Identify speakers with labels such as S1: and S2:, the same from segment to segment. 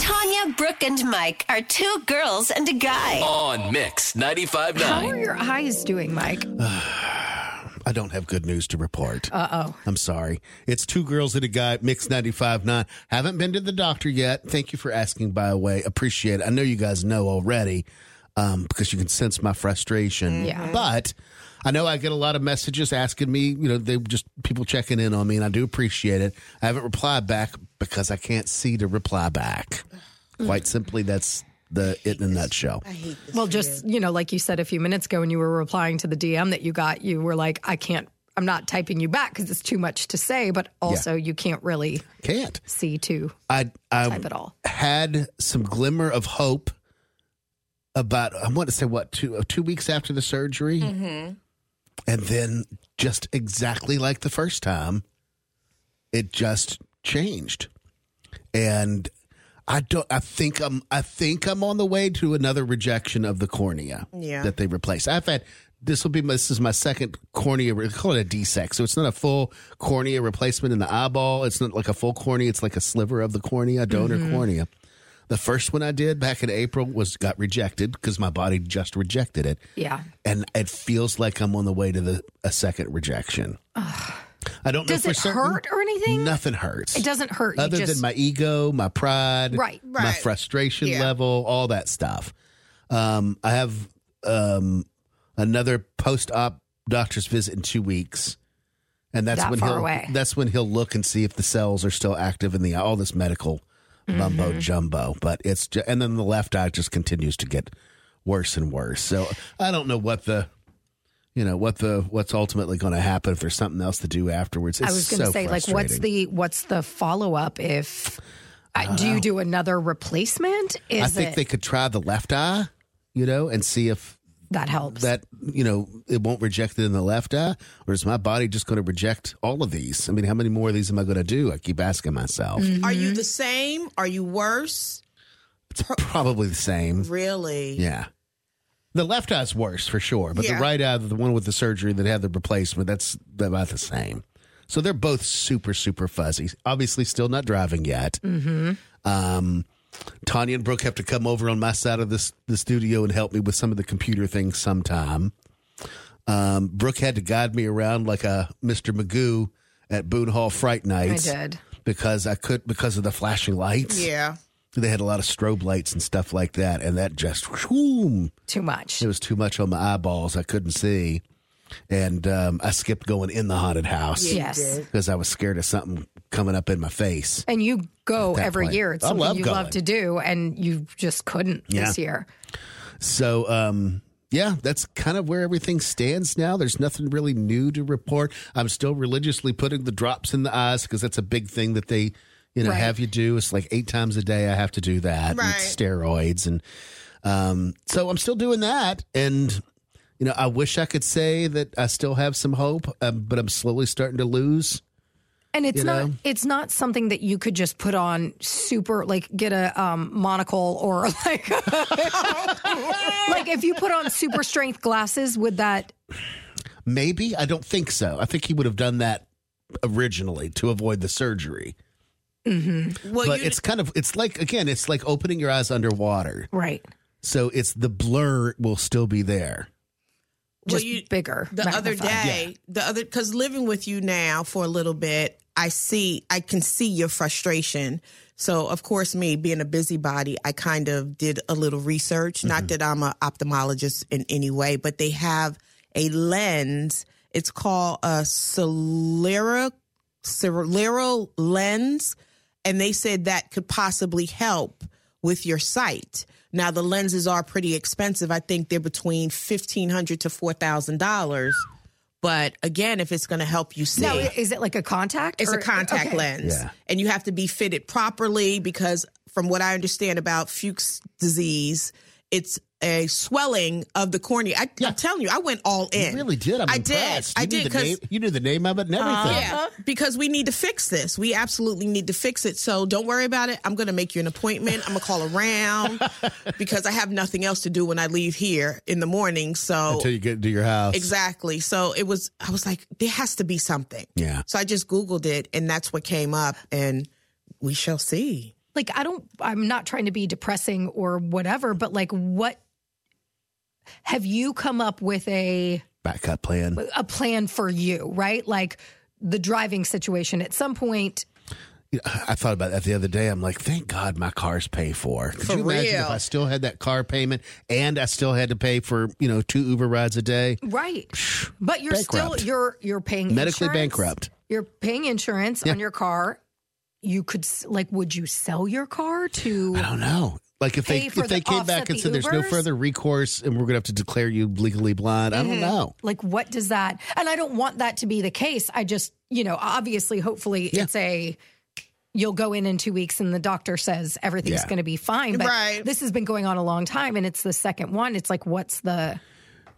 S1: Tanya, Brooke, and Mike are two girls and a guy.
S2: On Mix 95.9.
S3: How are your eyes doing, Mike?
S4: I don't have good news to report. Uh oh. I'm sorry. It's two girls and a guy, mixed 95.9. Haven't been to the doctor yet. Thank you for asking, by the way. Appreciate it. I know you guys know already um, because you can sense my frustration.
S3: Yeah.
S4: But I know I get a lot of messages asking me, you know, they just people checking in on me, and I do appreciate it. I haven't replied back because I can't see to reply back. Quite simply, that's the it in a nutshell.
S3: Well, just, you know, like you said a few minutes ago when you were replying to the DM that you got, you were like, I can't, I'm not typing you back because it's too much to say, but also you can't really
S4: Can't.
S3: see to
S4: I, I
S3: type at all.
S4: had some glimmer of hope about I want to say what two uh, two weeks after the surgery,
S3: Mm-hmm.
S4: and then just exactly like the first time, it just changed, and I don't. I think I'm. I think I'm on the way to another rejection of the cornea
S5: Yeah.
S4: that they replace. I've had. This will be my, this is my second cornea. They call it a desec, so it's not a full cornea replacement in the eyeball. It's not like a full cornea. It's like a sliver of the cornea, donor
S3: Mm-hmm.
S4: cornea. The first one I did back in April was got rejected because my body just rejected it,
S3: Yeah.
S4: and it feels like I'm on the way to the a second rejection. I don't
S3: Does
S4: know
S3: it
S4: for certain.
S3: hurt or anything?
S4: Nothing hurts.
S3: It doesn't hurt. You
S4: Other
S3: just,
S4: than my ego, my pride,
S3: Right.
S4: my
S5: Right.
S4: frustration
S5: Yeah.
S4: level, all that stuff. Um, I have um, another post-op doctor's visit in two weeks, and that's
S3: That
S4: when
S3: far
S4: he'll
S3: away.
S4: that's when he'll look and see if the cells are still active in the eye. all this medical mumbo
S3: Mm-hmm.
S4: jumbo. But it's ju- and then the left eye just continues to get worse and worse. So I don't know what the you know what the what's ultimately going to happen if there's something else to do afterwards. It's
S3: I was going to
S4: so
S3: say, like, what's
S4: frustrating.
S3: the what's the follow up if uh, do you do another replacement? Is
S4: I think
S3: it
S4: they could try the left eye, you know, and see if
S3: that helps?
S4: that you know it won't reject it in the left eye, or is my body just going to reject all of these? I mean, how many more of these am I going to do? I keep asking myself.
S3: Mm-hmm.
S5: Are you the same? Are you worse?
S4: It's probably the same.
S5: Really?
S4: Yeah, the left eye's worse for sure, but
S5: Yeah.
S4: the right eye, the one with the surgery that had the replacement, that's about the same. So they're both super super fuzzy. Obviously, still not driving yet. Um, Tanya and Brooke have to come over on my side of this the studio and help me with some of the computer things sometime. Um, Brooke had to guide me around like a Mr. Magoo at Boone Hall Fright
S3: I
S4: Nights
S3: did.
S4: because I could because of the flashing lights.
S5: Yeah.
S4: They had a lot of strobe lights and stuff like that, and that just whoom,
S3: Too much.
S4: it was too much on my eyeballs. I couldn't see, and um, I skipped going in the haunted house
S3: yes.
S4: because I was scared of something coming up in my face.
S3: And you go
S4: that
S3: every
S4: point.
S3: year. It's
S4: I
S3: something
S4: love
S3: you
S4: going.
S3: love to do, and you just couldn't this year.
S4: So, um, yeah, that's kind of where everything stands now. There's nothing really new to report. I'm still religiously putting the drops in the eyes because that's a big thing that they, you know,
S3: Right.
S4: have you do. It's like eight times a day I have to do that. and
S5: Right.
S4: steroids and um, so I'm still doing that and. You know, I wish I could say that I still have some hope, um, but I'm slowly starting to lose.
S3: And it's
S4: You
S3: not
S4: know?
S3: it's not something that you could just put on super like get a um, monocle or like like if you put on super strength glasses would that
S4: Maybe I don't think so. I think he would have done that originally to avoid the surgery.
S5: Well,
S4: but
S5: you,
S4: it's kind of it's like again, it's like opening your eyes underwater.
S3: right
S4: So it's the blur will still be there.
S5: well,
S3: just
S5: you
S3: bigger
S5: the other
S3: magnified.
S5: day, the other because living with you now for a little bit, I see, I can see your frustration. So, of course, me being a busybody, I kind of did a little research.
S4: Mm-hmm.
S5: Not that I'm an ophthalmologist in any way, but they have a lens. It's called a sclera, scleral lens, and they said that could possibly help with your sight. Now, the lenses are pretty expensive. I think they're between fifteen hundred to four thousand dollars. But again, if it's going to help you see,
S3: Now is it like a contact?
S5: it's
S3: or-
S5: a contact
S3: okay.
S5: lens,
S4: Yeah.
S5: and you have to be fitted properly because, from what I understand about Fuchs disease, it's a swelling of the cornea. I, I'm telling you, I went all in.
S4: You really did. I'm
S5: I
S4: impressed.
S5: did. I
S4: You knew
S5: did
S4: the
S5: because
S4: name- you knew the name of it and everything.
S5: yeah, because we need to fix this. We absolutely need to fix it. So don't worry about it. I'm going to make you an appointment. I'm going to call around because I have nothing else to do when I leave here in the morning. So
S4: Until you get to your house.
S5: exactly. So it was. I was like, there has to be something.
S4: Yeah.
S5: So I just googled it, and that's what came up. And we shall see.
S3: like I don't I'm not trying to be depressing or whatever, but like what have you come up with a
S4: Backup plan.
S3: a plan for you, right? Like the driving situation at some point
S4: I thought about that the other day. I'm like, thank God my car's paid for. Could
S5: For
S4: you imagine
S5: real.
S4: if I still had that car payment and I still had to pay for, you know, two Uber rides a day?
S3: Right. But you're
S4: bankrupt.
S3: still you're you're paying
S4: Medically
S3: insurance.
S4: bankrupt.
S3: You're paying insurance on your car. You could s- like would you sell your car to
S4: I don't know. Like if they
S3: Pay
S4: if
S3: for the-
S4: they came back
S3: offset
S4: and
S3: the
S4: said there's no
S3: Ubers?
S4: further recourse and we're gonna have to declare you legally blind, I don't know.
S3: like what does that and I don't want that to be the case. I just, you know, obviously hopefully
S4: Yeah.
S3: it's a you'll go in in 2 weeks and the doctor says everything's
S4: Yeah.
S3: going to be fine, but
S5: Right.
S3: this has been going on a long time and it's the second one. It's like what's the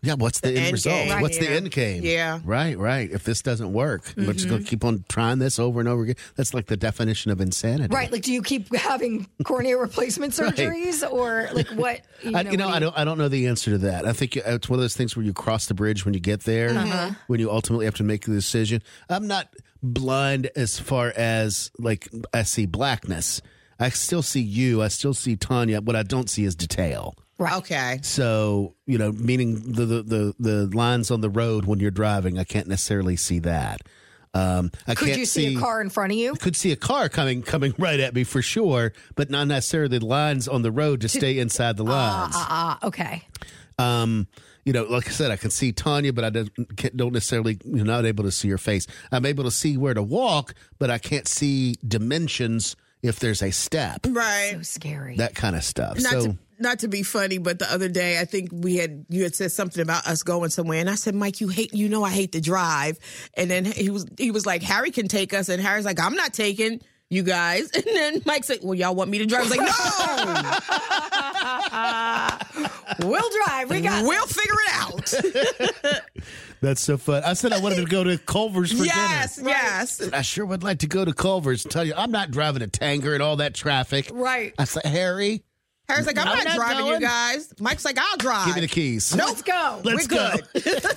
S4: Yeah, what's the, end,
S5: end
S4: result?
S5: game.
S4: What's the
S5: Yeah.
S4: end game?
S5: Yeah.
S4: Right, right. If this doesn't work, we're just gonna keep on trying this over and over again. That's like the definition of insanity.
S3: Right, like do you keep having cornea replacement
S4: Right.
S3: surgeries or like what you
S4: I, you know,
S3: what
S4: I
S3: do
S4: don't. I don't know the answer to that. I think it's one of those things where you cross the bridge when you get there,
S3: Uh-huh.
S4: when you ultimately have to make the decision. I'm not blind as far as like I see blackness. I still see you. I still see Tanya. What I don't see is detail.
S3: Right.
S5: Okay.
S4: So you know, meaning the the the, the lines on the road when you're driving, I can't necessarily see that. Um, I
S3: Could
S4: can't
S3: you see,
S4: see
S3: a car in front of you?
S4: could see a car coming coming right at me for sure, but not necessarily the lines on the road to stay inside the lines.
S3: Ah, okay. Ah.
S4: Um, you know, like I said, I can see Tanya, but I don't, can't- don't necessarily, you're not able to see her face. I'm able to see where to walk, but I can't see dimensions if there's a step,
S5: Right.
S3: So scary.
S4: that kind of stuff.
S5: not
S4: so,
S5: to not to be funny, but the other day I think we had you had said something about us going somewhere, and I said, Mike, you hate you know I hate to drive, and then he was he was like Harry can take us, and Harry's like I'm not taking you guys, and then Mike's like, well y'all want me to drive? I was like,
S3: we'll drive. We
S5: no,
S3: got
S5: we'll figure it out.
S4: that's so fun. I said I wanted to go to Culver's for
S5: yes,
S4: dinner.
S5: yes.
S4: I sure would like to go to Culver's and tell you, I'm not driving a Tanger and all that traffic.
S3: Right.
S4: I said, Harry,
S5: Harry's like, I'm,
S4: I'm
S5: not,
S4: not
S5: driving
S4: going.
S5: you guys. Mike's like, I'll drive.
S4: give me the keys.
S3: Let's go.
S4: Let's
S3: We're
S4: go.
S3: good.